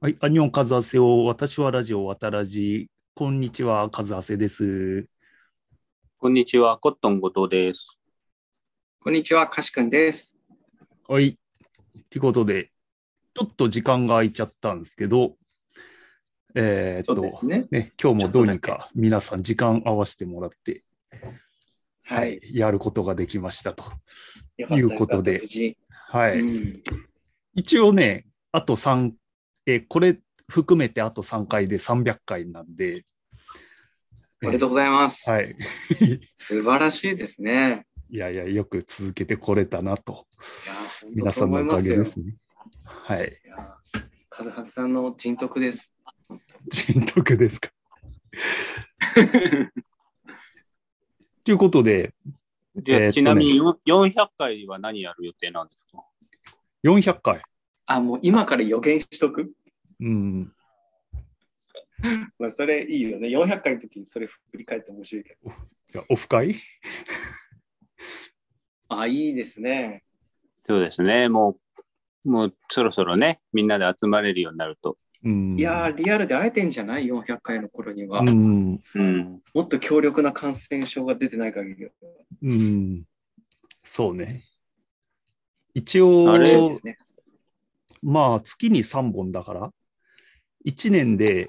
はい、アニオンカズハセを、私はラジオ渡らじ、こんにちは、カズハセです。こんにちは、コットン後藤です。こんにちは、かしくんです。はい。ってことで、ちょっと時間が空いちゃったんですけど、えーっそうと、ですね。ね、今日もどうにか皆さん時間合わせてもらって、はい。やることができましたと。よかったいうことでよかった無事はい。うん一応ね、あと3、えーこれ含めてあと3回で300回なんで、おめでとうございます。はい。素晴らしいですね。いやいや、よく続けてこれたなと、いや、本当皆そうさん思のいおまかすげよで。すね。はい。いや、カズハセさんの人徳です。人徳です か。ということで、でえーっとねちなみによ400回は何やる予定なんですか400回。あ、もう今から予言しとく。うん。まあ、それいいよね。400回の時にそれ振り返って面白いけど。じゃあオフ会あ、いいですね。そうですね、もう、もうそろそろね、みんなで集まれるようになると。うん。いやー、リアルで会えてんじゃない ?400 回の頃には。うん。うん。もっと強力な感染症が出てない限りは。うん。そうね。一応、あれいいですね。まあ、月に3本だから、1年で、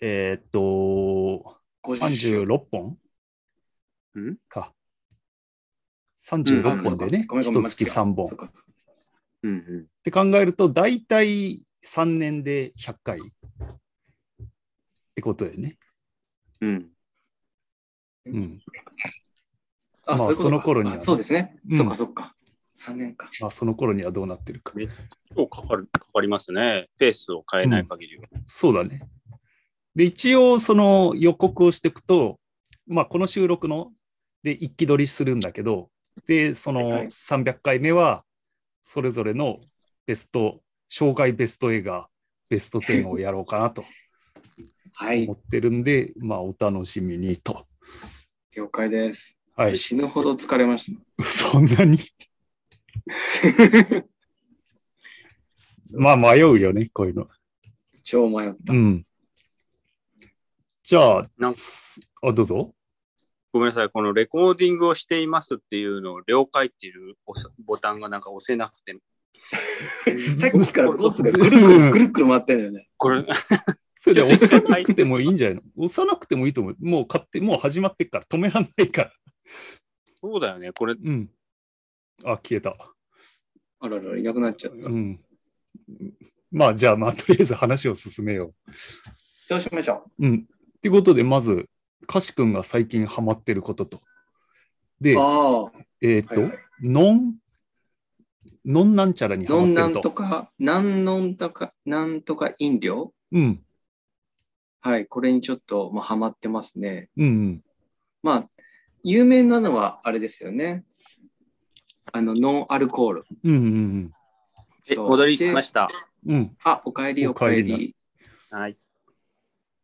えーっと、 50 36本うんか。36本でね、ごめんごめん1月3本。そっっかそっかうんうん。て考えると、大体3年で100回ってことだよね。うん。うん。あ、まあそういうことかその頃にはねあそうですね。うんそっかそっか。3年か。まあ、その頃にはどうなってるか。そうかかるかかりますね。ペースを変えない限りは。そうだね。で、一応、その予告をしていくと、まあ、この収録の、で、一気撮りするんだけど、で、そはいはのい300回目は、それぞれのベスト、障害ベスト映画、ベスト10をやろうかなとはい思、ってるんで、まあ、お楽しみにと。了解です。はい。死ぬほど疲れました。そんなに まあ、迷うよね、こういうの。超迷った。うん。じゃあ、なんあ、どうぞ。 ごめんなさい、このレコーディングをしていますっていうのを了解っていう押すボタンがなんか押せなくて。さっきからゴツがぐるぐるぐるぐる回ってるよね。これ、それで押さなくてもいいんじゃないの押さなくてもいいと思う。もう勝手、もう始まってっから止めらんないから。 そうだよね、これ、うん。あ、消えた。あらら、いなくなっちゃった。うん。まあ、じゃあ、まあ、とりあえず話を進めよどうしましょう。うん。ってことで、まず、かしくんが最近ハマってることと。でう。、あえーっあ、と、はいはい。ノン、ノンなんちゃらにハノンマなってんるとと。か、なんのんとか、なんとか飲料うん。はい、これにちょっと、まあ、ハマってますね。うんうん。まあ、有名なのはあれですよね。あの、ノンアルコール。うんうんえそう戻りました。うん。うん。あ、おかえり、おおかかええりなさり。はい。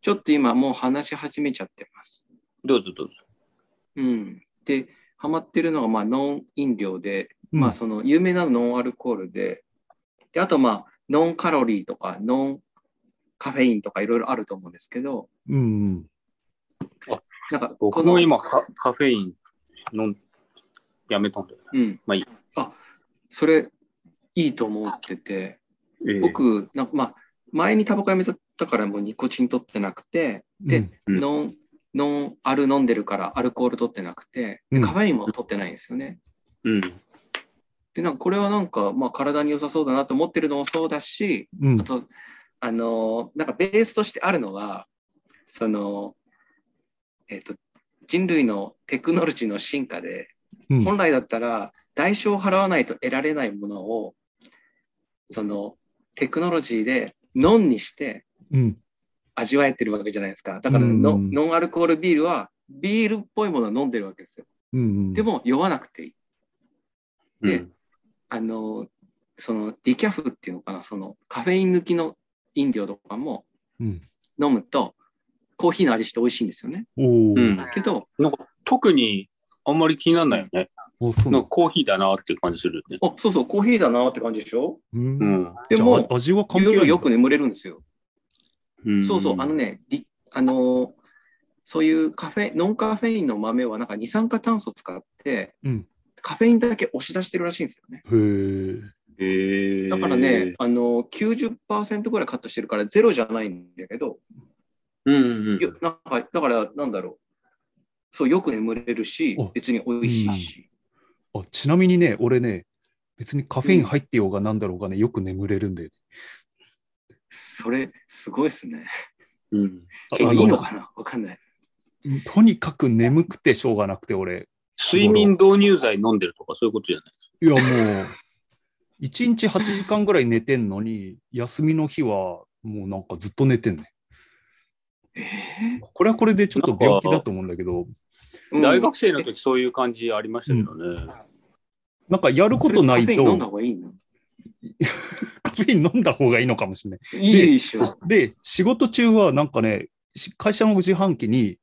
ちょっと今もう話し始めちゃってます。どうぞどうぞ。うん。で、ハマってるのがまあノン飲料で、うんまあその有名なノンアルコールで、で、あとまあノンカロリーとかノンカフェインとかいろいろあると思うんですけど、うんうん。なんかこ僕のも今カ、カフェイン飲んやめたんだよね。うん、まあいいあ、それいいと思ってて、ええ僕、なんかまあ前にタバコやめちゃったからもうニコチン取ってなくて、でうん、うんノン、ノンアル飲んでるからアルコール取ってなくて、うでんカフェインも取ってないんですよね。うん。で、なんかこれはなんか、まあ、体に良さそうだなと思ってるのもそうだし、うんあと、あのーなんかベースとしてあるのは、その、えっ、と、人類のテクノロジーの進化で、うん本来だったら代償を払わないと得られないものを、その、テクノロジーでノンにしてうん。味わえてるわけじゃないですか。だからノ、うんノンアルコールビールは、ビールっぽいものを飲んでるわけですよ。うんうん。で、も、酔わなくていい。でうんあの、そのディキャフっていうのかな、そのカフェイン抜きの飲料とかもうん。飲むと、コーヒーの味して美味しいんですよね。おお。うんけど、なんか特にあんまり気にならないよね。おそうななんのかコーヒーだなっていう感じするよね。あそうそう、コーヒーだなって感じでしょうんうん。でじゃあも、味は関係ない夜んだよく眠れるんですよ。んそうそう、あのね、リあのそういうカフェ、ノンカフェインの豆はなんか二酸化炭素使って、うん。カフェインだけ押し出してるらしいんですよね。へえ。へーだからね、、あの90%ぐらいカットしてるからゼロじゃないんだけど、うんうんよなんかだからなんだろう、そうよく眠れるしお、別に美味しいし。あ、ちなみにね、俺ね、別にカフェイン入ってようがなんだろうがね、よく眠れるんで。それ、すごいですね。うん。あいあいのかなわかんない。とにかく眠くてしょうがなくて、俺。睡眠導入剤飲んでるとかそういうことじゃないいや、もう、1日8時間ぐらい寝てんのに、休みの日はもうなんかずっと寝てんね。えこれはこれでちょっと病気だと思うんだけど、ー大学生の時そういう感じありましたけどね。なんかやることないそれカフェイン飲んだと、方がいいのカフェイン飲んだ方がいいのかもしれない。いいでしょ。で、仕事中はなんかね、し会社の自販機に、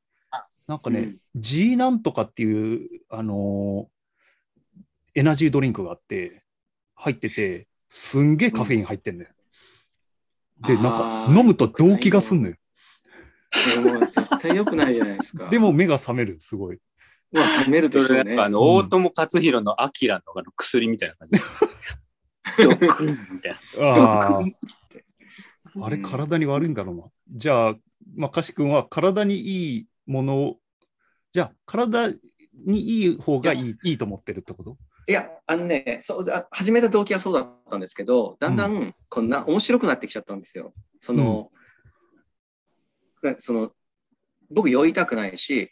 なんかね、うん G なんとかっていう、あのーエナジードリンクがあって、入ってて、すんげえカフェイン入ってんのよ。で、あーなんか、飲むと動悸がすんのよ。いやもう絶対良くないじゃないです か。でも目が覚める、すごい。まあ、冷めるでしそょうれなんねか。あの、うん大友克洋のアキラのあの薬みたいな 感じ。ドクンみたいな。あドクンっつってあ、あれ体に悪いんだろうな。じゃあ、まあ、かしくんは体にいいものを、じゃあ、体にいい方がいいいいと思ってるってこといや、あのねそうあ、始めた動機はそうだったんですけど、だんだんこんな面白くなってきちゃったんですよ。その、なその僕酔いたくないし、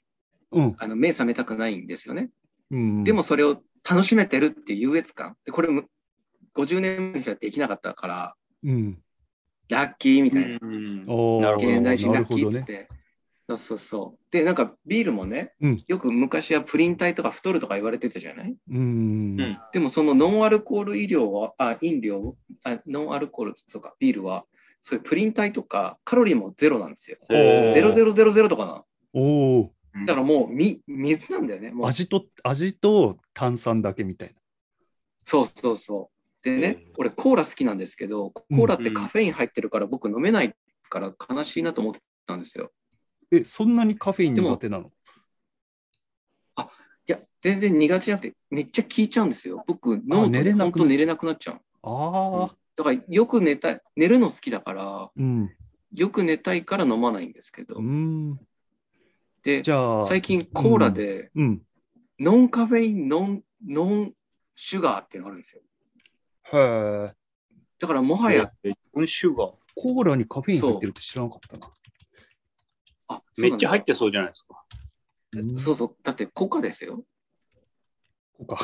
うん。あの目覚めたくないんですよね。うん、でも、それを楽しめてるっていう優越感。でこれむ50年前にはできなかったから、うん。ラッキーみたいな。うんおーなるほど現代人なラるッほキーどっつっね。て、そうそうそう。で、なんかビールもね、うんよく昔はプリン体とか太るとか言われてたじゃないうん。うんでもそのノンアルコール医療は、あ、飲料、あノンアルコールとかビールは、そういうプリン体とかカロリーもゼロなんですよ。おーゼロゼロ0000とかなおお。の。だからもうみ水なんだよね。もう味と、味と炭酸だけみたいそうそうそう。でね、うん俺コーラ好きなんですけど、コーラってカフェイン入ってるから僕飲めないから悲しいなと思ってたんですよ。な。え、そんなにカフェインでも苦手なのいや、全然苦手じゃなくて、めっちゃ効いちゃうんですよ。僕、飲むと、寝れなくなっちゃう本当寝れなくなっちゃう。ああ、だから、よく寝たい、寝るの好きだから、うん。よく寝たいから飲まないんですけどう、ん。で、じゃあ、最近コーラで、うん。うん。ノンカフェイン、ノン、ノンシュガーっていうのがあるんですよ。へえ。だから、もはや、今週がコーラにカフェイン入ってるって知らなかったな。あ、そうめっなんちだゃ入ってそうじゃないですか。うんそうそう、だってコカですよ。コカ。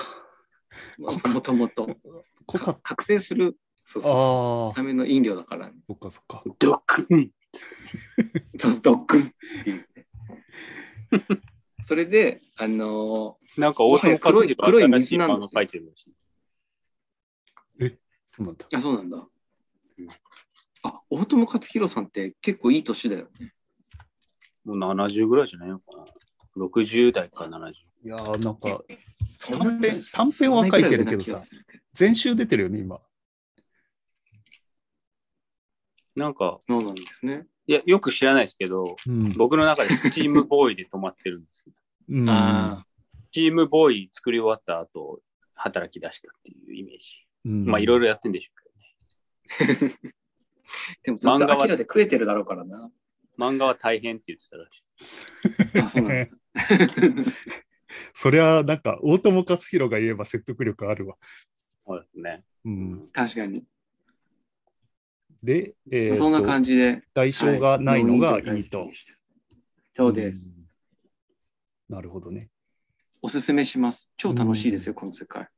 もともと。コカ。あ覚醒する、そうあそうそうー、ための飲料だから、そっかそっか。ドクンそうそうドッグン っていうね。それで、あのなんか大友克洋が新しい黒い黒い水なん漫で画すよ書いてるらしい。そうなんだ。ーあ、そうなんだ。あ、大友克洋さんって結構いい年だよ。もう70ぐらいじゃないのかな。60代か70。いやー、なんか、そんな短編は書いてるけどさそんなぐらいな気がするけど全集出てるよね、今。なんか、そうなんですね。いや、よく知らないですけど、うん。僕の中でスチームボーイで止まってるんですよ。うん、あスチームボーイ作り終わった後、働き出したっていうイメージ。うんまあ、いろいろやってんでしょうけどね。でもずっ漫画とはアキラで食えてるだろうからな。漫画は大変って言ってたらしい。あそうなんだ そりゃ、なんか、大友克洋が言えば説得力あるわ。そうですね。うん。確かに。で、えそんなー感と、じで。代償がないのがいいと。は。そうです。ん。なるほどね。おすすめします。超楽しいですよ、この世界。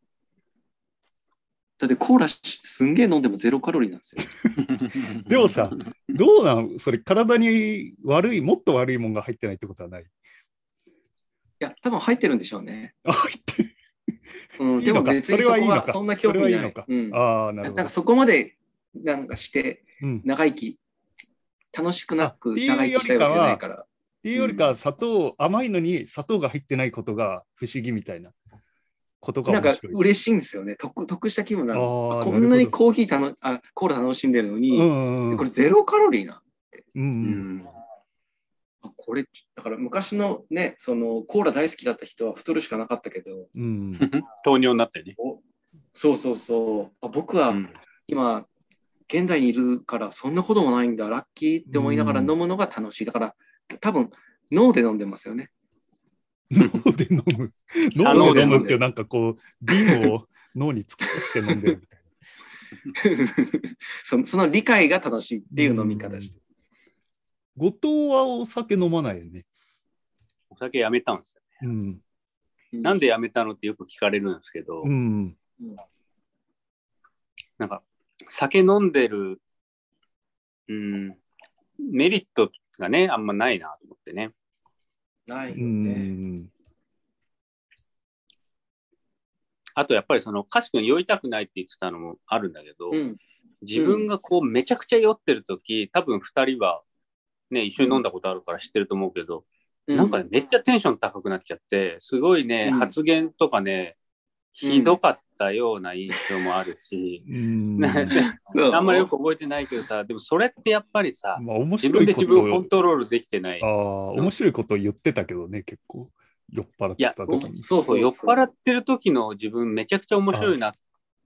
だってコーラしすんげえ飲んでもゼロカロリーなんですよ。でもさ、 どうなんそれ、体に悪い、もっと悪いもんが入ってないってことはない。 いや、多分入ってるんでしょうね。あ、入ってる。うん、いいでものか。別そにれそはいこいのはか。そんな興味ない。それはいいのか。うんああ、ななるほんどか。そこまでなんかしてうん、っ長生き、楽しくなあっくていう長生きしたいわけじゃないから。ていうよりか、砂糖、甘いのに砂糖が入ってないことが不思議みたいなことがなん面か白い。嬉しいんですよね。得得した気分なの。あーこんなるにほどコーヒー楽あコーラ楽しんでるのうに、んうんうんこれゼロカロリーな。ううんんあこれだから昔のねそのコーラ大好きだった人は太るしかなかったけどうんうん糖尿になったよね。おそうそうそうあ僕はうん今現代にいるからそんなこともないんだラッキーって思いながらうん飲むのが楽しいだから多分脳で飲んでますよね 脳で飲む。あ脳で飲む脳で飲っんでてなんかこう、瓶を脳に突き刺して飲んでるみたいな。そのその理解が楽しいっていう飲み方して、後藤はお酒飲まないよね。お酒やめたんですよ。うん。なんでやめたのってよく聞かれるんですけど、うん。なんか、酒飲んでる、うん、メリットがね、あんまないなと思ってね。ないようね、ん。あとやっぱりその、かしくん酔いたくないって言ってたのもあるんだけど、うん、自分がこうめちゃくちゃ酔ってる時多分2人はね一緒に飲んだことあるから知ってると思うけど、なんかねめっちゃテンション高くなっちゃってすごいね、うん発言とかねうんひどかったような印象もあるし、うん。まねそ うあんまりよく覚えてないけどさでもそれってやっぱりさあ、面自白分でいこ自分をコとントロールできてないああ、面白いこと言ってたけどね、結構。酔っ払ってた時に。そうそそうう酔っ払ってる時の自分めちゃくちゃ面白いなっ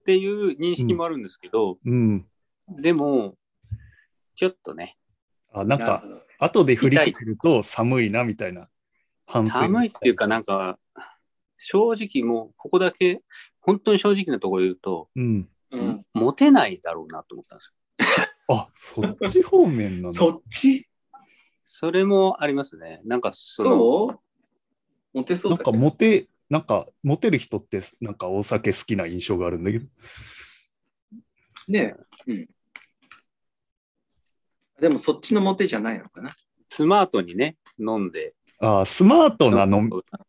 ていう認識もあるんですけど、うん。でもちょっとねあなんなるかほ、ど後で振り返ると寒いなみたいな反省。寒いっていうか、なんか、正直もう、ここだけ、本当に正直なところ言うと、うん。うんモテないだろうなと思ったんですよ。あそっち方面なんだ。そっちそれもありますね。なんかその、そうモテそうなんだかねモテ、なんかモテる人ってなんかお酒好きな印象があるんだけど。ねうん。でもそっちのモテじゃないのかな。スマートにね、飲んで、あスマートなの、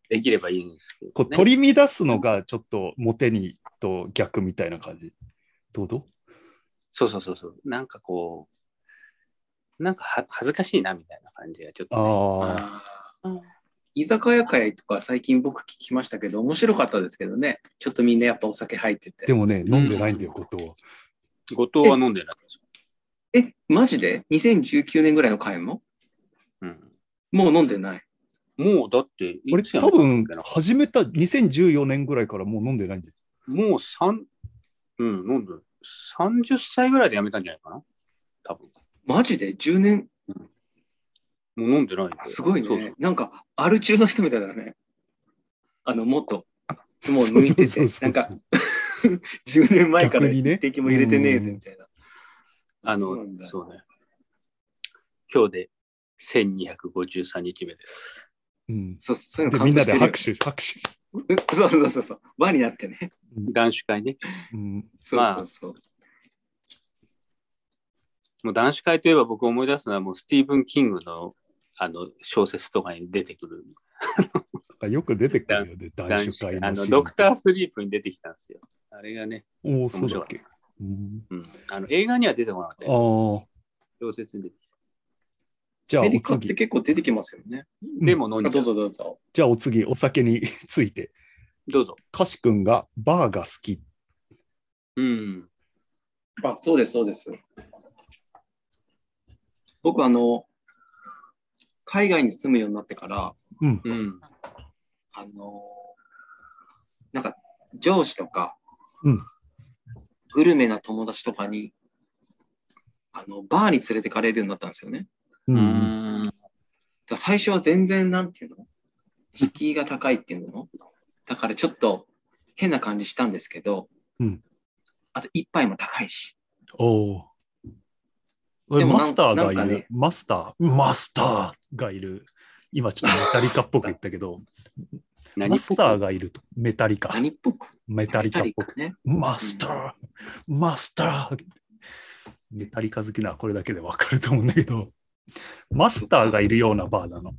できればいいんですけど、ね。こう取り乱すのがちょっとモテにと逆みたいな感じ。どうどそうそうそうそう。なんかこう、なんかは恥ずかしいなみたいな感じがちょっうとね、ああ、あうーん居酒屋会とか最近僕聞きましたけど、面白かったですけどね。ちょっとみんなやっぱお酒入ってでて。もね、飲んでないんだよ、ことは。後藤は飲んでないんですよ。え、マジで ?2019 年ぐらいの会もうんもう飲んでない。もうだって、俺、いつや多めたん分だっけな始めた2014年ぐらいからもう飲んでないんだよ。もう三うん、飲んでる、30歳ぐらいでやめたんじゃないかな多分。マジで ?10 年もう飲んでないんだよすごいね。そうそうなんか、アル中の人みたいだね。あの、 元。もう抜いてて、なんか、10年前から逆に一ね滴も入れてねえぜ、みたいな。あそのうなん、だそうね。今日で1253日目です。うん。そう、そういうでのみんなしてでるよ拍手、拍手。 そうそうそうそう。輪になってね。男子会ね。うん、そうそうそう。もう男子会といえば僕思い出すのはもうスティーブン・キングのあの小説とかに出てくるなんかよく出てくるよね、大男主子会会。あのシーの、ンドクター・スリープに出てきたんですよ。あれがね、おお、そうだっけ。うん、うん、あの映画には出てこなかったよああ、小説に出てきじゃあメおリカって次、結構出てきますよね。た。でも飲んあじどゃうう。ぞどうぞ。じゃあお次、お酒について。どうぞ。かしくんがバーが好き。うん。あ、そうです、そうです。僕、あの、海外に住むようになってから、うん。うん。あの、なんか、上司とか、うんグルメな友達とかに、あの、バーに連れてかれるようになったんですよね。う。うんん。だから最初は全然、なんていうの敷居が高いっていうのだからちょっと変な感じしたんですけど、うんあと一杯も高いし。おお。俺でもマなんスターがいなんかるね。マスター。マスターがいる。今ちょっとメタリカっぽく言ったけ ど、マ何スターがいると。メタリカ。何っぽくメタリカっぽく。メね。マスター。マスター。メタリカ好きならこれだけでわかると思うんだけど、マスターがいるようなバーなの。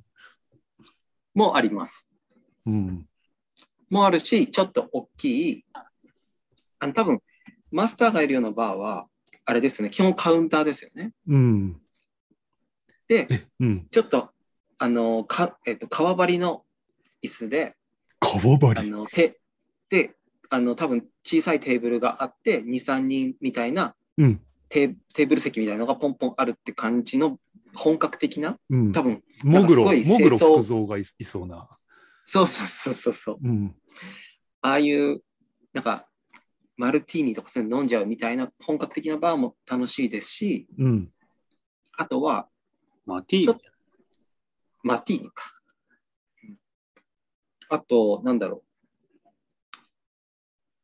もあります。うん。もあるし、ちょっと大きい。あの、多分、マスターがいるようなバーは、あれですね、基本カウンターですよね。うん。で、え、うん。ちょっと、あの、か、えっと、革張りの椅子で、カババあリ。の、手、で、あの、多分、小さいテーブルがあって、2、3人みたいなうん。テーテーブル席みたいなのがポンポンあるって感じの本格的な、うん。多分、もぐろ、なんかすごもいぐろ清掃福蔵がいいそうな。そうそうそうそうそう、うん。ああいう、なんか、マルティーニとかそういうの飲んじゃうみたいな本格的なバーも楽しいですし、うん。あとは、マティーちょっニとマティーニか。うんあと、なんだろう。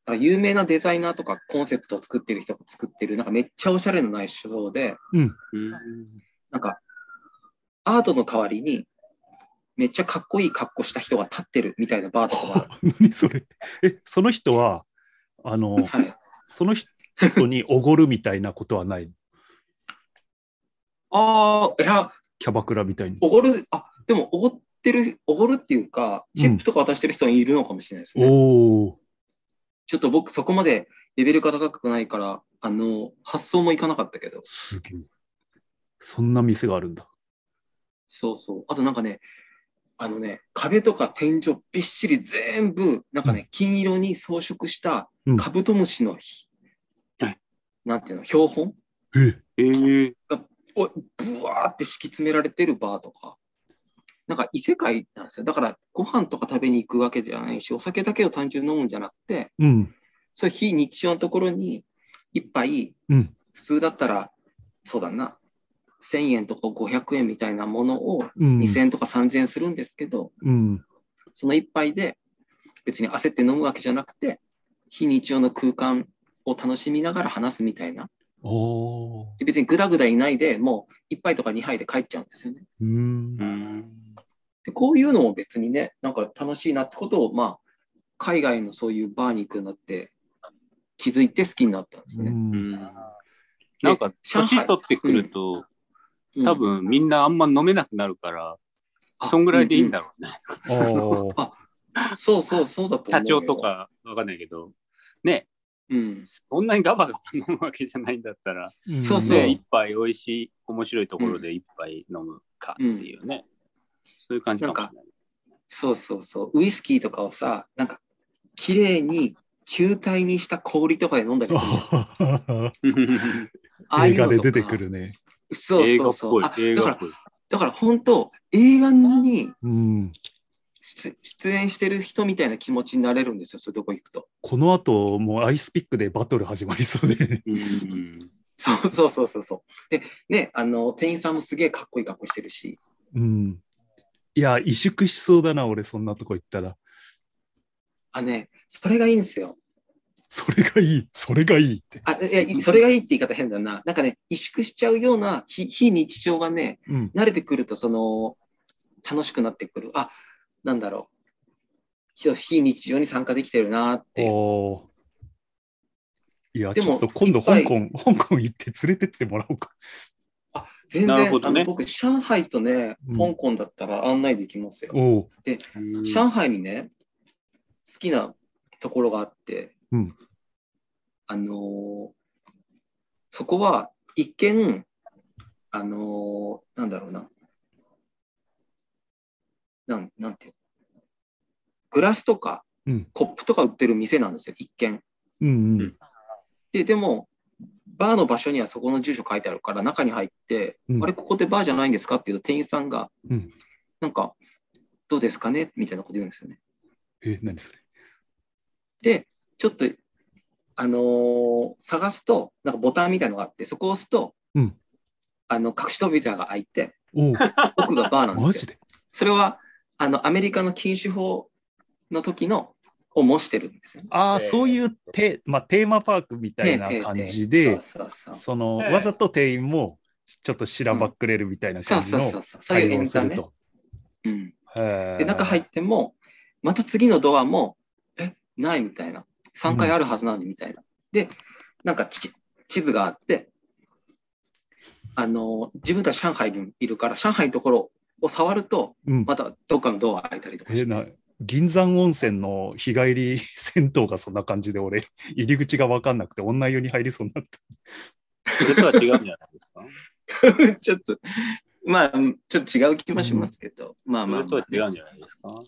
あ有名なデザイナーとかコンセプトを作ってる人が作ってる、なんかめっちゃおしゃれな内装で、うんなんか、アートの代わりに、めっちゃかっこいい格好した人が立ってるみたいなバーとかがある 何それ。え、その人は、あの、はい。その人におごるみたいなことはない。ああ、いや、キャバクラみたいに。おごる、あ、でもおごってる、おごるっていうか、チップとか渡してる人はいるのかもしれないですね。おお。ちょっと僕そこまでレベルが高くないから、あの、発想もいかなかったけど。すげえ。そんな店があるんだ。そうそう。あとなんかね、あのね、壁とか天井びっしり全部、なんかね、金色に装飾したうんカブトムシのひ、はいなんていうの、標本え、えー、をぶわーって敷き詰められてるバーとか。なんか異世界なんですよ。だからご飯とか食べに行くわけじゃないし、お酒だけを単純に飲むんじゃなくて、うん。そういう非日常のところに一杯、うん普通だったら、そうだな、1000円とか500円みたいなものをうん。 2000円とか3000円するんですけど、うん。その一杯で別に焦って飲むわけじゃなくて、非日常の空間を楽しみながら話すみたいな。おおで別にグダグダいないでもう一杯とか二杯で帰っちゃうんですよね。ー。う。うんんでこういうのも別にね、なんか楽しいなってことを、まあ、海外のそういうバーに行くようになって気づいて好きになったんですう。ね。うんんなんか、上海年取ってくると、うん多、分みんなあんま飲めなくなるから、あそんぐらいでいいんだろうね。あ ーうんうんそうそう、そうだと思社う。長と。かわかんないけど、ね、うん。そんなにガバガバ飲むわけじゃないんだったら、んそうそうね、一杯美味しい、面白いところで一杯飲むかっていうね、そういう感じかもしれない。そうそうそう。ウイスキーとかをさ、なんか、綺麗に球体にした氷とかで飲んだりするじゃん。 ああい 映うの画とかで出てくるね。そう映画っそうそぽう。いあ、映だ画かっら、ぽい。だから本当、映画にうん。出出演してる人みたいな気持ちになれるんですよ、それどこ行くと。この後、もうアイスピックでバトル始まりそうで。うんそうそうそうそうそう。で、ね、あの、店員さんもすげえかっこいい格好してるし、うん。いや、萎縮しそうだな、俺、そんなとこ行ったら。あ、ね、それがいいんですよ。それがいい、それがいいって。あ、いや、それがいいって言い方変だな。なんかね、萎縮しちゃうような非非日常がね、うん。慣れてくると、その、楽しくなってくる。あ、なんだろう。非非日常に参加できてるなっていう。おーいや、でちょもっと今度、い香っぱ港、香港行って連れてってもらおうか。あ、全なる然、ほどねあの僕、上海とね、うん香港だったら案内できますよ。おう上海にね、好きなところがあって、うんあのーそこは一見、あのーなんだろうな、なんなんていうグラスとかうんコップとか売ってる店なんですよ、一見。うんううんん。で、でも、バーの場所にはそこの住所書いてあるから、中に入って、うんあれ、ここでバーじゃないんですかっていうと店員さんが、うんなんか、どうですかねみたいなこと言うんですよね。え、何それ。で、ちょっと、あのー探すと、なんかボタンみたいのがあって、そこを押すと、うんあの隠し扉が開いて、 おう奥がバーなんマですジよ。で。それはあのアメリカの禁酒法の時のを模してるんですよね。ああ、えーそういうテ,、まあ、テーマパークみたいなね感じねで、そうそうそう。その、ええわざと店員もちょっとしらばっくれるみたいなそ感うじそうのそうそう。そういう対エ応をンすタるメ。と。うん、でで、中入っても、また次のドアも、え、ないみたいな。3回あるはずなのにみたいな。で、なんかち地図があって、あのー自分たち上海にいるから、上海のところを触ると、うん、またどっかのドア開いたりとかしえて。な銀山温泉の日帰り銭湯がそんな感じで俺入り口が分かんなくて女湯に入りそうになったそれとは違うんじゃないですか ちょっと、まあ、ちょっと違う気もしますけど、まあそまあれとまはあ違ね、うんじゃないですかま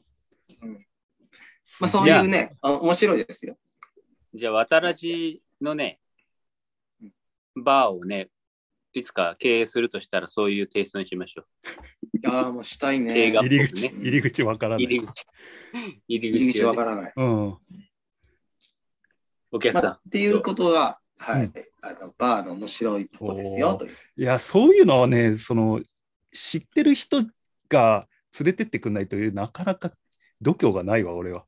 あそういうね、あ面白いですよ。じゃあ、渡らじのね、バーをね、いつか経営するとしたらそういうテイストにしましょああ、もうしたいね。映画入り口、ね入り口わからう。ない。入り口。 入入りり口口をわね、からない。うん。お客まさん、あ、っていうことが、はい、うんあのバーの面白いとこですよおーという。いや、そういうのはね、その、知ってる人が連れてってくんないという、なかなか度胸がないわ、俺は。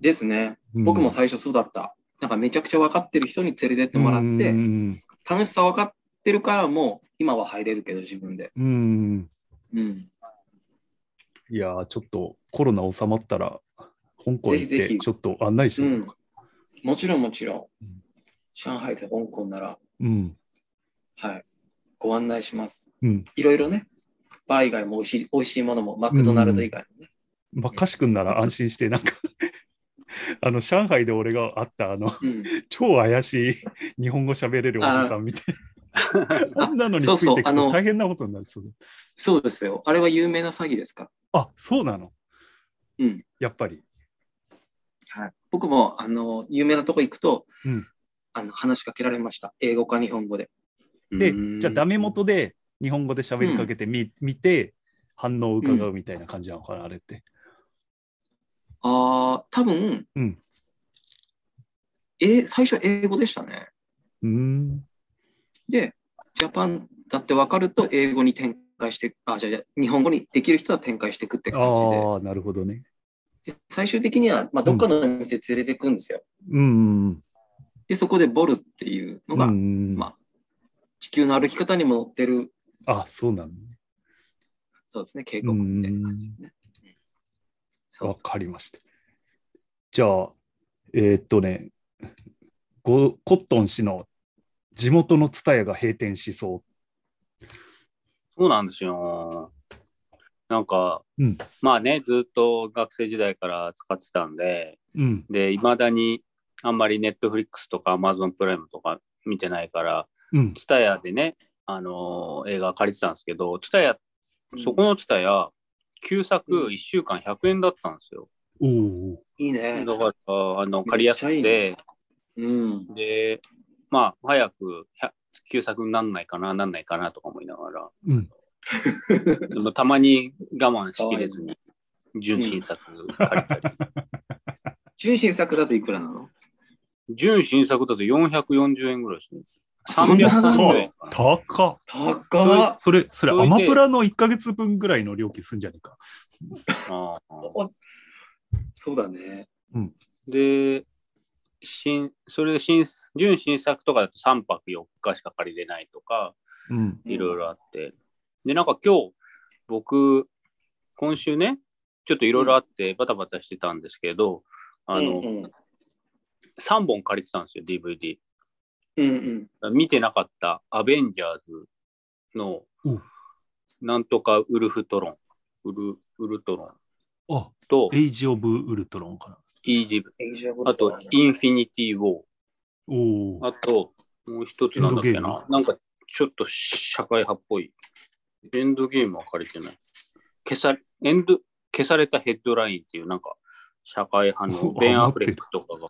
ですね。うん僕も最初そうだった。なんかめちゃくちゃ分かってる人に連れてってもらっうて、ん。楽しさ分かってるからもう今は入れるけど自分で。うん。うん。いやー、ちょっとコロナ収まったら、香港行っぜひぜて、ひちょっと案内してうもらん、もちろんもちろんうん。上海と香港なら、ううん。はい、ご案内します。うん。いろいろね、バー以外も美味しい美味しいものも、マクドナルド以外もね。まあ、かしくんなら安心して、なんか、 あの、上海で俺が会った、あの、うん。超怪しい日本語喋れるおじさんみたいな。 ああんなのにつそうそいうてくあのと大変なことになる。そうそうですよ。あれは有名な詐欺ですかあ、そうなの。うん。やっぱり。はい、僕もあの有名なとこ行くと、うんあの話しかけられました。英語か日本語で。でうー、んじゃあダメ元で日本語で喋りかけてみ、見て、反応を伺うみたいな感じなのかな、あれって。ああ、多分、うんえ最初英語でしたね。うーん。で、ジャパンだって分かると英語に展開してあ、じゃあじゃあ日本語にできる人は展開していくって感ああ、なるほどね。じで、で最終的には、まあ、どっかの店連れていくんですよ。うん。で、そこでボルっていうのうんうが、ん。まあ、地球の歩き方にも載ってる、あ、そうなのね。そうですね、警告みたいな感じですね。うんそうわそうかりました。じゃあ、えーっとね、ゴコットン氏の地元のツタヤが閉店しそそうなんですよ。なんか、うんまあね、ずっと学生時代から使ってたんで、う。うん。で、いまだにあんまりネットフリックスとかアマゾンプライムとか見てないから、うん。ツタヤでね、あのー映画借りてたんですけど、ツタヤ、うんそこのツタヤ、旧作うん1週間100円だったんですよ。おーいいね。だから、あの、借りやすくめっちゃいいて、うん。で、まあ、早く100旧作になんないかな、なんないかなとか思いながら、 うん。でもたまに我慢しきれずに、純新作借りたり。純新作だといくらなの純新作だと440円ぐらいですね。そんな330円 かな。高っ高っそれ、それ、それアでマプラの1ヶ月分ぐらいの料金すんじゃねえか。あーそうだね。で、新それで新純新作とかだと3泊4日しか借りれないとか、うん。いろいろあって。で、なんか今日、僕、今週ね、ちょっといろいろあってバタバタしてたんですけど、あの、うんうん3本借りてたんですよ、DVD。うんうん。見てなかったアベンジャーズのうん、なんとかウルフトロン、ウルウルトロンあ、と、エイジ・オブ・ウルトロンかな。イージブ、エイジアゴあルトとだな、インフィニティ・ウォおー、お。あと、もう一つなんだっけエンドゲーな、なんかちょっと社会派っぽい。エンドゲームは借りてない。消されエンド消されたヘッドラインっていう、なんか、社会派 のベン・アフレックとかが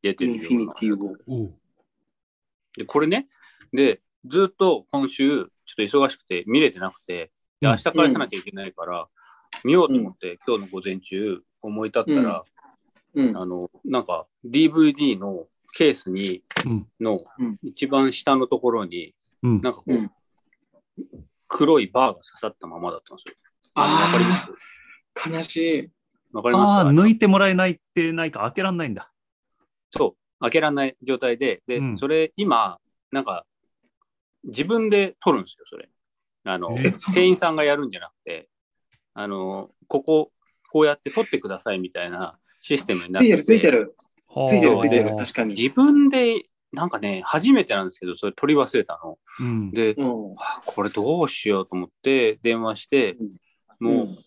出てインるよフィうニな。ティウォー。おうで、これね、で、ずっと今週、ちょっと忙しくて、見れてなくて、で、明日返さなきゃいけないから、見ようと思って、今日の午前中、思い立ったら、うん。あの、なんか、DVD のケースに、うん。のうん一番下のところに、うん。なんかこう、うん黒いバーが刺さったままだったんですよ。わかりまあすあ、悲しい。わかりああ、ますか抜いてもらえないって、ないか開けらんないんだ。そう、開けられない状態で、で、うんそれ今、なんか、自分で撮るんですよ、それ。あの、えそう店員さんがやるんじゃなくて、あの、ここ、こうやって撮ってくださいみたいなシステムになつっいててる、ついてて、る。ついてる、はあついてる。確かに。自分で、なんかね、初めてなんですけど、それ撮り忘れたの。うん。で、うん。あこれどうしようと思って電話して、もう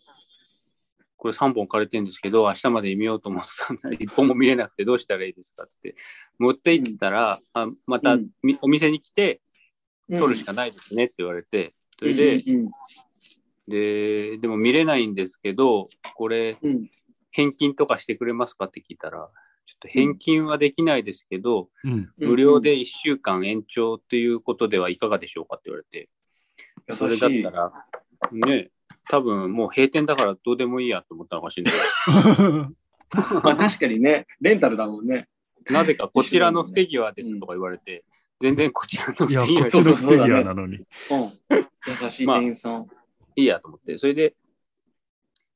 これ3本借りてるんですけど、明日まで見ようと思ってたんだ1本 も見れなくてどうしたらいいですかって言って、持って行ったら、あまたうんみお店に来て、うん、撮るしかかないですねって言われて、それで、、うんで、でも見れないんですけど、これうん。返金とかしてくれますかって聞いたら、ちょっと返金はできないですけど、うん。 無料で1週間延長ということではいかがでしょうかって言われて、優それだったら、ね、多分もう閉店だからどうでもいいやと思ったのかもし れないまあ確かにね、レンタルだもんね。なぜかこちらの不手際ですとか言われて、全然こちらの不い手や、こ際っでちのステディアなのに。うん。優しい店員さん。いいやと思って、それで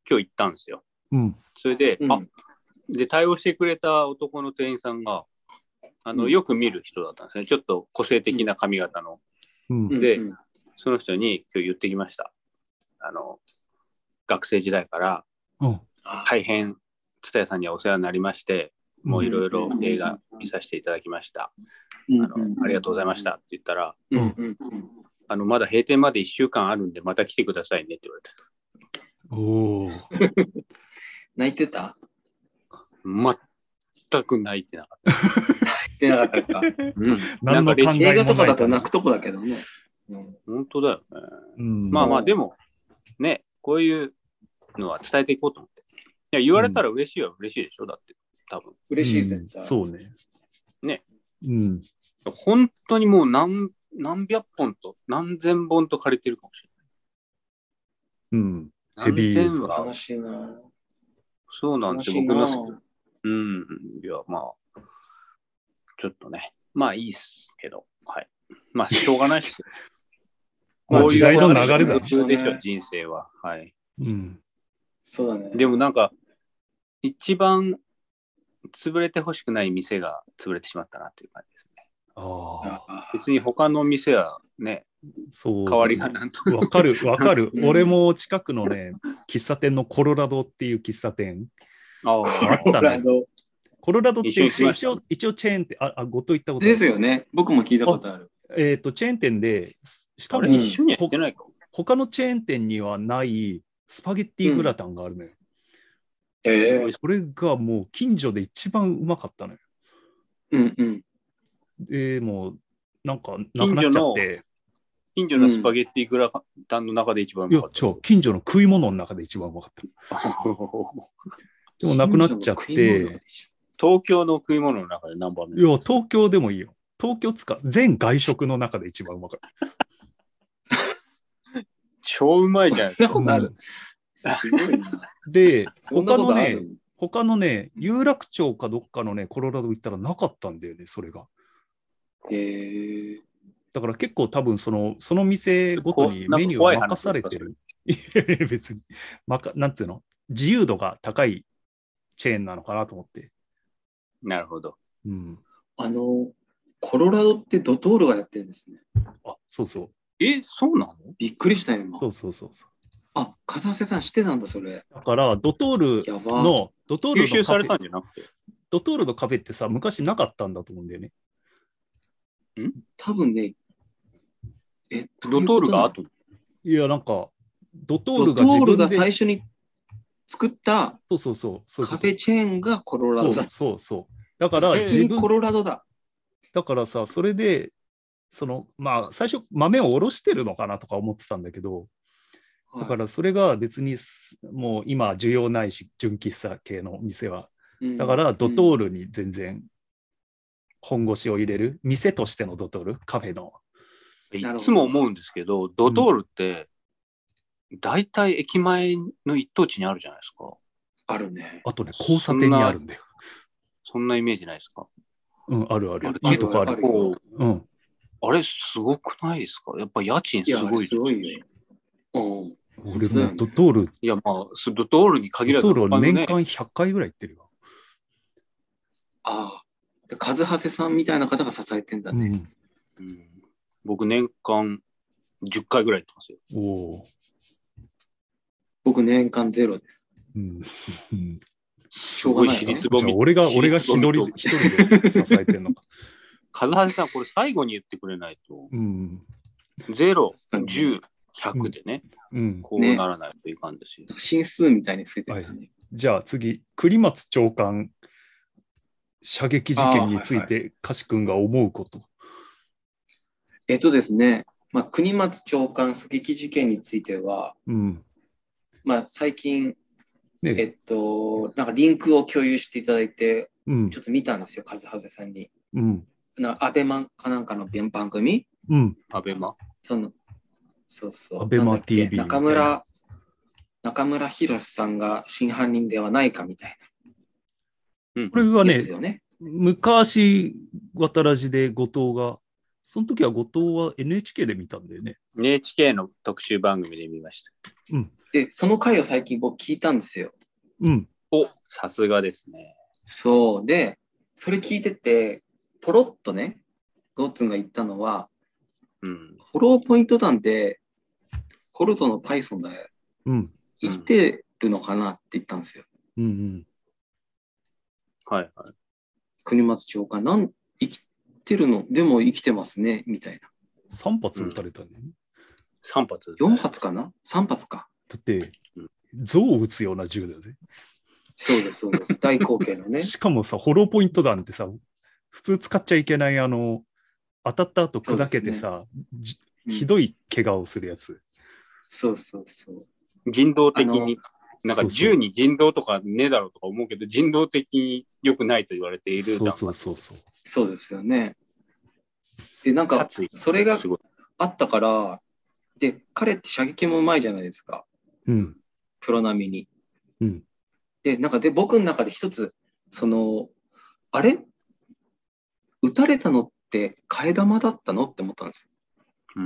今日行ったんですよ。うん。それで、うんあで対応してくれた男の店員さんが、あのうんよく見る人だったんですね。ちょっと個性的な髪型の、うんうんでうんその人に今日言ってきました。あの学生時代からうん。あ大変、蔦屋さんにはお世話になりまして、もういろいろうん映画見させていただきました。うんあのありがとうございましたって言ったら、うんうんうんあのまだ閉店まで1週間あるんで、また来てくださいねって言われて。おお。泣いてた全く泣いてなかっ泣いてなかったか。た。うん、何の考えも ない映画とかだと泣くとこだけどね。うん本当だよね。うん。まあまうあ、んでも、ね、こういうのは伝えていこうと思って。いや、言われたら嬉しいは嬉しいでしょ、だって、多分。嬉しい、うん絶対。そうね。ね。うん。本当にもう何、何百本と、何千本と借りてるかもしうん。れない。ヘビーユーザ何千ーは悲、しいな。そうなん悲てしい僕な。の、うん、いや、まあ、ちょっとね、まあいいっすけど、はい。まあ、しょうがない っす。まあこういう時代の流れだ普通でしょ、人生は。はい。うん。そうだね。でもなんか、一番潰れてほしくない店が潰れてしまったなっていう感じですね。ああ、あー別に他の店はね、そう。変わりがなんとも。わかる、わかるう。ん俺も近くのね、喫茶店のコロラドっていう喫茶店。ああったねコロラドって一緒に行きまし一応、一応チェーンって、あ、あごと行ったことあるですよね。僕も聞いたことある。えっ、と、チェーン店で、すしかあもれうん一緒には行ってないか。他のチェーン店にはないスパゲッティグラタンがあるのよ。ええ。それがもう近所で一番うまかったのよ。うんうん。でもう、なんかなくなっちゃって、近所のスパゲッティグラタンの中で一番ういやまかっ、ちょ、近所の食い物の中で一番うまかったの。た。でもなくなっちゃっ近所の食い物てで、し 東京の食い物の中で何番い目や、東京でもいいよ。東京つか、全外食の中で一番うまかった。超うまいじゃないですか。そんなことあるょすごいな。で、 そんな 他このとあね、る他のね、有楽町かどっかのね、コロラド行ったらなかったんだよね、それが。へえ。だから結構多分その、その店ごとにこなんかメニュー怖いを話任されてる。いやいや別に、まか、なんつうの自由度が高いチェーンなのかなと思って。なるほど。うん。あの、コロラドってドトールがやってるんですね。あ、そうそえ、そうなのびっくりしたよ、今う。そ。うそうそうそう。あ、風瀬さん知ってたんだ、それ。だから、ドトールやば。の、ドトール吸のカ収さフれェたん、じゃなくて。ドトールのカフェってさ、昔なかったんだと思うんだよね。多分ね、え、ドトールがあと後に。いや、なんか、ドトードルトが自ール分がで、最初に作ったそうそうそう、そういうカこフェチェーンがコロラとドそうだ。そうそう。だから、え自自分分コロラドだ。だからさ、それで、そのまあ、最初、豆をおろしてるのかなとか思ってたんだけど、はいだからそれが別にすもう今、需要ないし、純喫茶系の店は。うんだから、ドトールに全然本腰を入れる、店としてのドトール、カフェの。いなるほどつも思うんですけど、ドトールって、大体駅前の一等地にあるじゃないですか。あるね。あとね、交差点にあるんだよ。そんなイメージないですか。うん、あるあるある。いいとこああるる。こううん。あれ、すごくないですかやっぱ家賃いすや、あごれい。すごいよ。うん。俺もドトール、いや、まあ、そドトールに限らドず、トール他をのね年間100回ぐらい行ってるよ。ああ。でカズハセさんみたいな方が支えてんだうね。ん。うん僕、年間10回ぐらい行ってますよ。おお僕、年間ゼロです。ー。うん。うんしすょうごがいない私ね立。じゃあ俺が、俺が一人で、一人で支えてんのか。カズハさん、これ最後に言ってくれないと、うん。 0、うん10、100でね、うん。こうならないといかんですよ。新数みたいに増えてたね。じゃあ次、栗松長官射撃事件についあーて、かしくんが思うこと。えっとですね、まあ、国松長官狙撃事件については、うん。まあ、最近、えね、っと、なんかリンクを共有していただいて、うんちょっと見たんですよ、カズハゼさんに。うんなアベマかなんかの弁番組うんアベマ。その、そうそう。アベマなんだっけ TV 中村、中村博さんが真犯人ではないかみたいうんこ。れはなねやつ、よね。昔、渡らじで後藤が、その時は後藤は NHK で見たんだよね。 NHK の特集番組で見ました。で、その回を最近僕聞いたんですよ。うん。お、さすがですね。そう。で、それ聞いてて、ポロッとね、ゴッツンが言ったのは、うん。フォローポイント団って、コルトの Python でうん。生きてるのかなって言ったんですよ。うんうん。はいは国松長官、なん、生きてるのでも生きてますね、みたいな。 3発撃たれたんだよね。い。3発ですね、 4発かな ?3 発か。だってうん、像を撃つような銃だよね。そうです、そうです。大口径 のね。しかもさ、ホローポイント弾ってさ、普通使っちゃいけない、あの、当たった後砕けてさ、じひい。どい怪我をするやつ。そうそうそう。人道的に、なんそかうそう銃に人道とかねえだろうとか思うけど、人道的に良くないと言われているそう弾そうそうそう。そうですよね。で、なんか、殺意それがすごいあったから、で、彼って射撃もうまいじゃないですか。うん。プロ並みに。うん。で、なんかで、僕の中で一つ、その、あれ撃たれたのって替え玉だったのって思ったんですよ。うー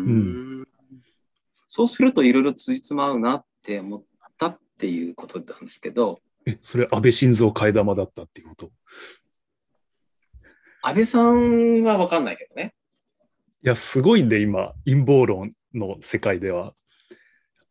ん。そうするといろいろついつまうなって思ったっていうことなんですけど、え、それ安倍晋三替え玉だったっていうこと。い安倍さんは分かんないけどね。や、すごいね、今、陰謀論の世界では。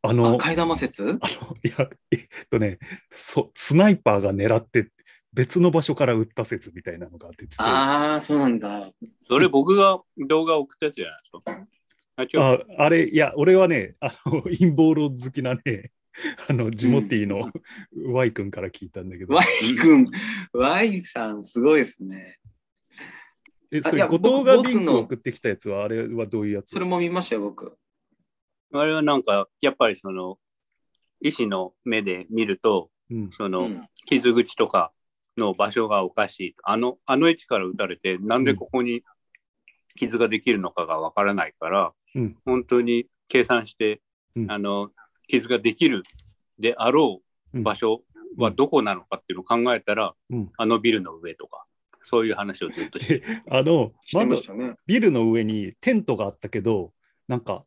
ああ、の、替え玉説あの、いや、えっとね、そスナイパーが狙って、別の場所から撃った説みたいなのが出てて、ああ、そうなんだ。それ僕が動画送ったやつじゃないですか。あ、違うああれ、いや、俺はね、あの 陰謀論好きなね、 あのジモティの Y 君から聞いたんだけど、 Y 君、Y さん、すごいですね。えあそいれや後僕藤がボツリンクのを送ってきたやつは、あれはどういうやつそれも見ましたよ、僕。あれはなんか、やっぱりその、医師の目で見ると、うん、そうの、ん、傷口とかの場所がおかしい。あの、あの位置から撃たれて、なんでここに傷ができるのかがわからないから、うん本当に計算して、うんあの、傷ができるであろううん場所はどこなのかっていうのを考えたら、うんあのビルの上とか、そういう話をずっとして。あの、してま窓し、たね。ビルの上にテントがあったけど、なんか、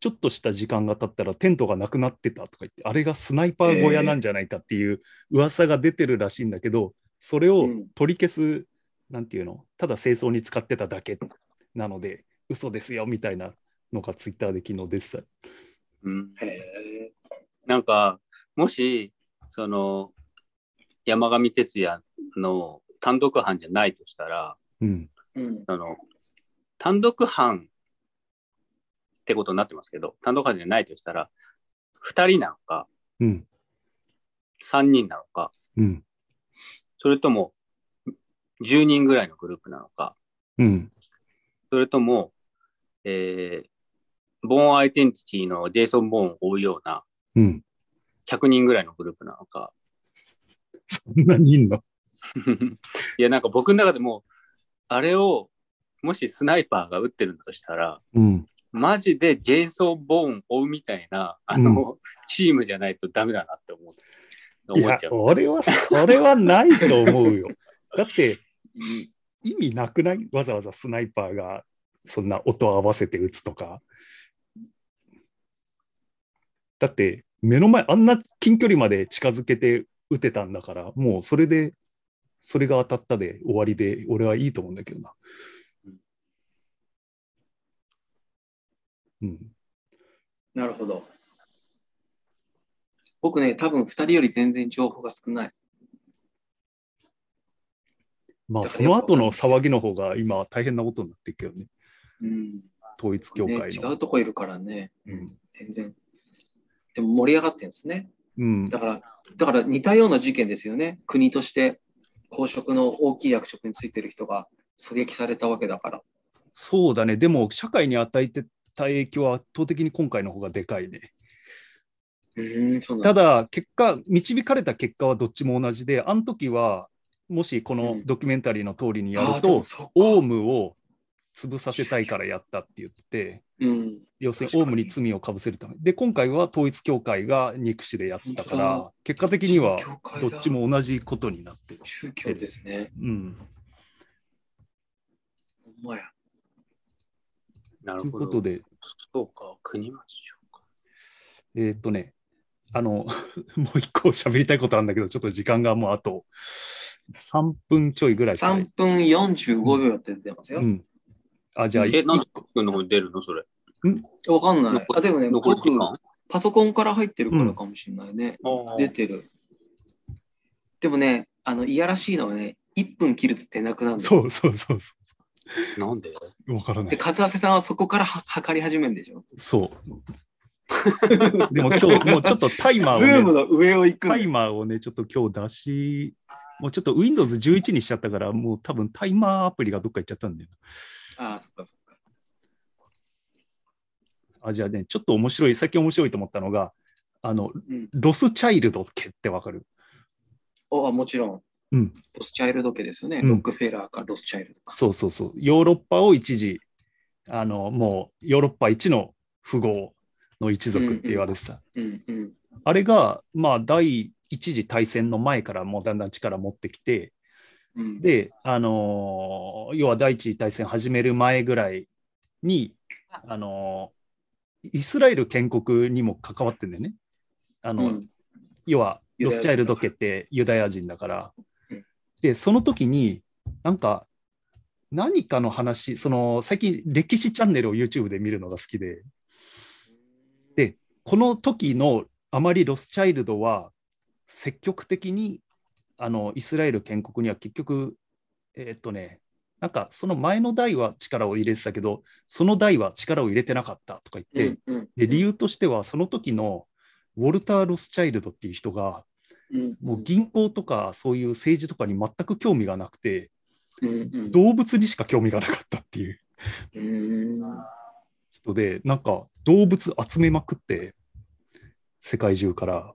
ちょっとした時間が経ったらテントがなくなってたとか言って、あれがスナイパー小屋なんじゃないかっていう噂が出てるらしいんだけど、それを取り消す、なんていうの、ただ清掃に使ってただけなので、嘘ですよみたいなのがツイッターで昨日出てた。うんへえ。なんか、もし、その、山上徹也の単独犯じゃないとしたら、うん。うん。その、単独犯ってことになってますけど、単独犯じゃないとしたら、2人なのか、うん。 3人なのか、うん。それとも、10人ぐらいのグループなのか、うん。それとも、えー、ボーンアイデンティティのジェイソン・ボーンを追うようなうん。 100人ぐらいのグループなのか、そんなにいんのいや、なんか僕の中でも、あれを、もしスナイパーが撃ってるんだとしたら、うん。マジでジェイソン・ボーンを追うみたいな、あの、チームじゃないとダメだなって思う。い思やっちゃ、う。俺は、それはないと思うよ。だって、い意味なくないわざわざスナイパーがそんな音合わせて撃つとか。だって、目の前、あんな近距離まで近づけて撃てたんだから、もうそれで、それが当たったで終わりで、俺はいいと思うんだけどな。うん。なるほど。僕ね、多分2人より全然情報が少ない。まあ、だかそらよくのわ後かんないの騒ぎの方が今大変なことになってるけどね。うん。統一教会ね、違の。うとこいるからね、うん全然。でも盛り上がってるんですね。うんだから、だから似たような事件ですよね。国として公職の大きい役職についてる人が狙撃されたわけだから。そうだね、でも社会に与えてた影響は圧倒的に今回の方がでかいね。うん、そうなんただ。だ、結果、導かれた結果はどっちも同じで、あの時はもしこのドキュメンタリーの通りにやあるーでと、もそっかオウムを潰させたいからやったって言って、うん。要するに確オウかにムに罪をかぶせるため。で、今回は統一教会が憎しでやったか本当ら、結果的には宗教界どだっちも同じことになってる。宗教ですね。うん。ほんまや。なとるいうほこど。とで、そうか、国町長か。えーっとね、あの、 もう一個喋りたいことあるんだけど、ちょっと時間がもうあと3分ちょいぐらいかな3分45秒って出てますよ。うん。あ、じゃあ、え、なんいで福君の方に出るのそれ。わかんない。残あ、でもね、残り僕時、間パソコンから入ってるからかもしれないね。ああ出てる。でもね、あの、いやらしいのはね、1分切ると出なくなるのそうそうそうそな んでう。わからなで、い。和瀬さんはそこからは測り始めるんでしょ。そう。 でも今日、もうちょっとタイマーをズね、ームの上を行くタのイマーをね、ちょっと今日出し、もうちょっと Windows11 にしちゃったから、もう多分タイマーアプリがどっか行っちゃったんだよな。ああ、そっかそっか。あ、じゃあね、ちょっと面白い、さっき面白いと思ったのが、あの、うんロスチャイルド家ってわかるおあもちろん。うんロスチャイルド家ですよね。うんロックフェラーかロスチャイルドか。そうそうそう。ヨーロッパを一時、あの、もうヨーロッパ一の富豪の一族って言われてた。うんうん。あれが、まあ、第一次大戦の前からもうだんだん力持ってきて、うん、で、あのー要は第一次大戦始める前ぐらいに、あのーイスラエル建国にも関わってんだよね。あうの、ん、要はロスチャイルド家ってユダヤ人だからうん。で、その時に、なんか、何かの話、その最近、歴史チャンネルを YouTube で見るのが好きで、でこの時のあまりロスチャイルドは積極的にあのイスラエル建国には結局、えーっとね、なんかその前の代は力を入れてたけど、その代は力を入れてなかったとか言って、うんうん、で理由としては、その時のウォルター・ロスチャイルドっていう人が、うん、もう銀行とかそういう政治とかに全く興味がなくて、うんうん、動物にしか興味がなかったっていううん人で、なんか動物集めまくって、世界中から、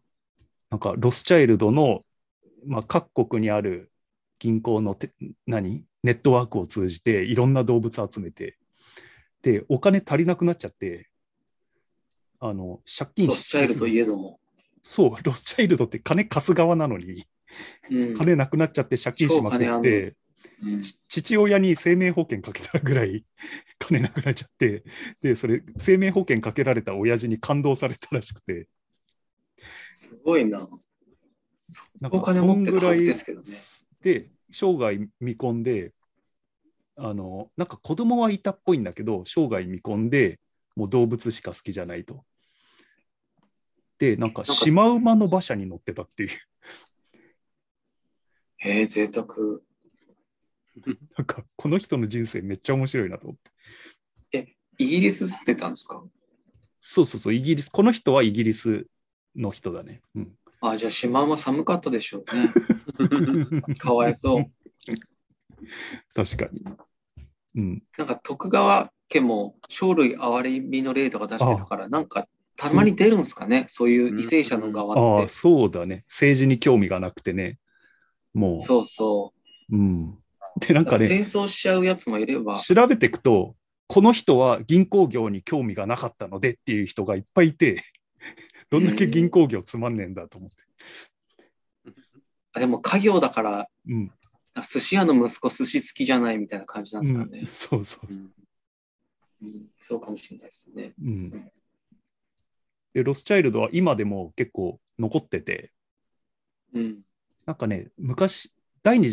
なんかロスチャイルドの、まあ、各国にある銀行のて何ネットワークを通じていろんな動物集めて、で、お金足りなくなっちゃって、あの借金ロスチャイルドいえども。そう、ロスチャイルドって金貸す側なのに、うん金なくなっちゃって借金しまく超金あっんての、うんち父親に生命保険かけたぐらい金なくなっちゃってでそれ生命保険かけられた親父に感動されたらしくてすごいな。なんお金持ってるはずですけどねで生涯見込んであのなんか子供はいたっぽいんだけど生涯見込んでもう動物しか好きじゃないと。でなんかかシマウマの馬車に乗ってたっていう へえ、贅沢。なんかこの人の人生めっちゃ面白いなと思って。イギリス捨てたんですかそうそうそうイギリスこの人はイギリスの人だね。 うんあ、じゃあ島は寒かったでしょうね。 かわいそう。確かに。うん、なんか徳川家も生類憐れみの例とか出してたから、なんかたまに出るんですかね、そういう為政者の側あっあ、て。そうだね。政治に興味がなくてね。もう。。そうそうん、で、なう。んかなんか戦ね、争しちゃうやつもいれば、調べていくと、この人は銀行業に興味がなかったのでっていう人がいっぱいいて、 どんだけ銀行業つまんねえんだと思って。あでも家業だから、うん。あ寿司屋の息子寿司好きじゃないみたいな感じなんですかうんね。そうそう。うんそうかもしれないですね。うん。で、ロスチャイルドは今でも結構残ってて、うんなんかね、昔、第二次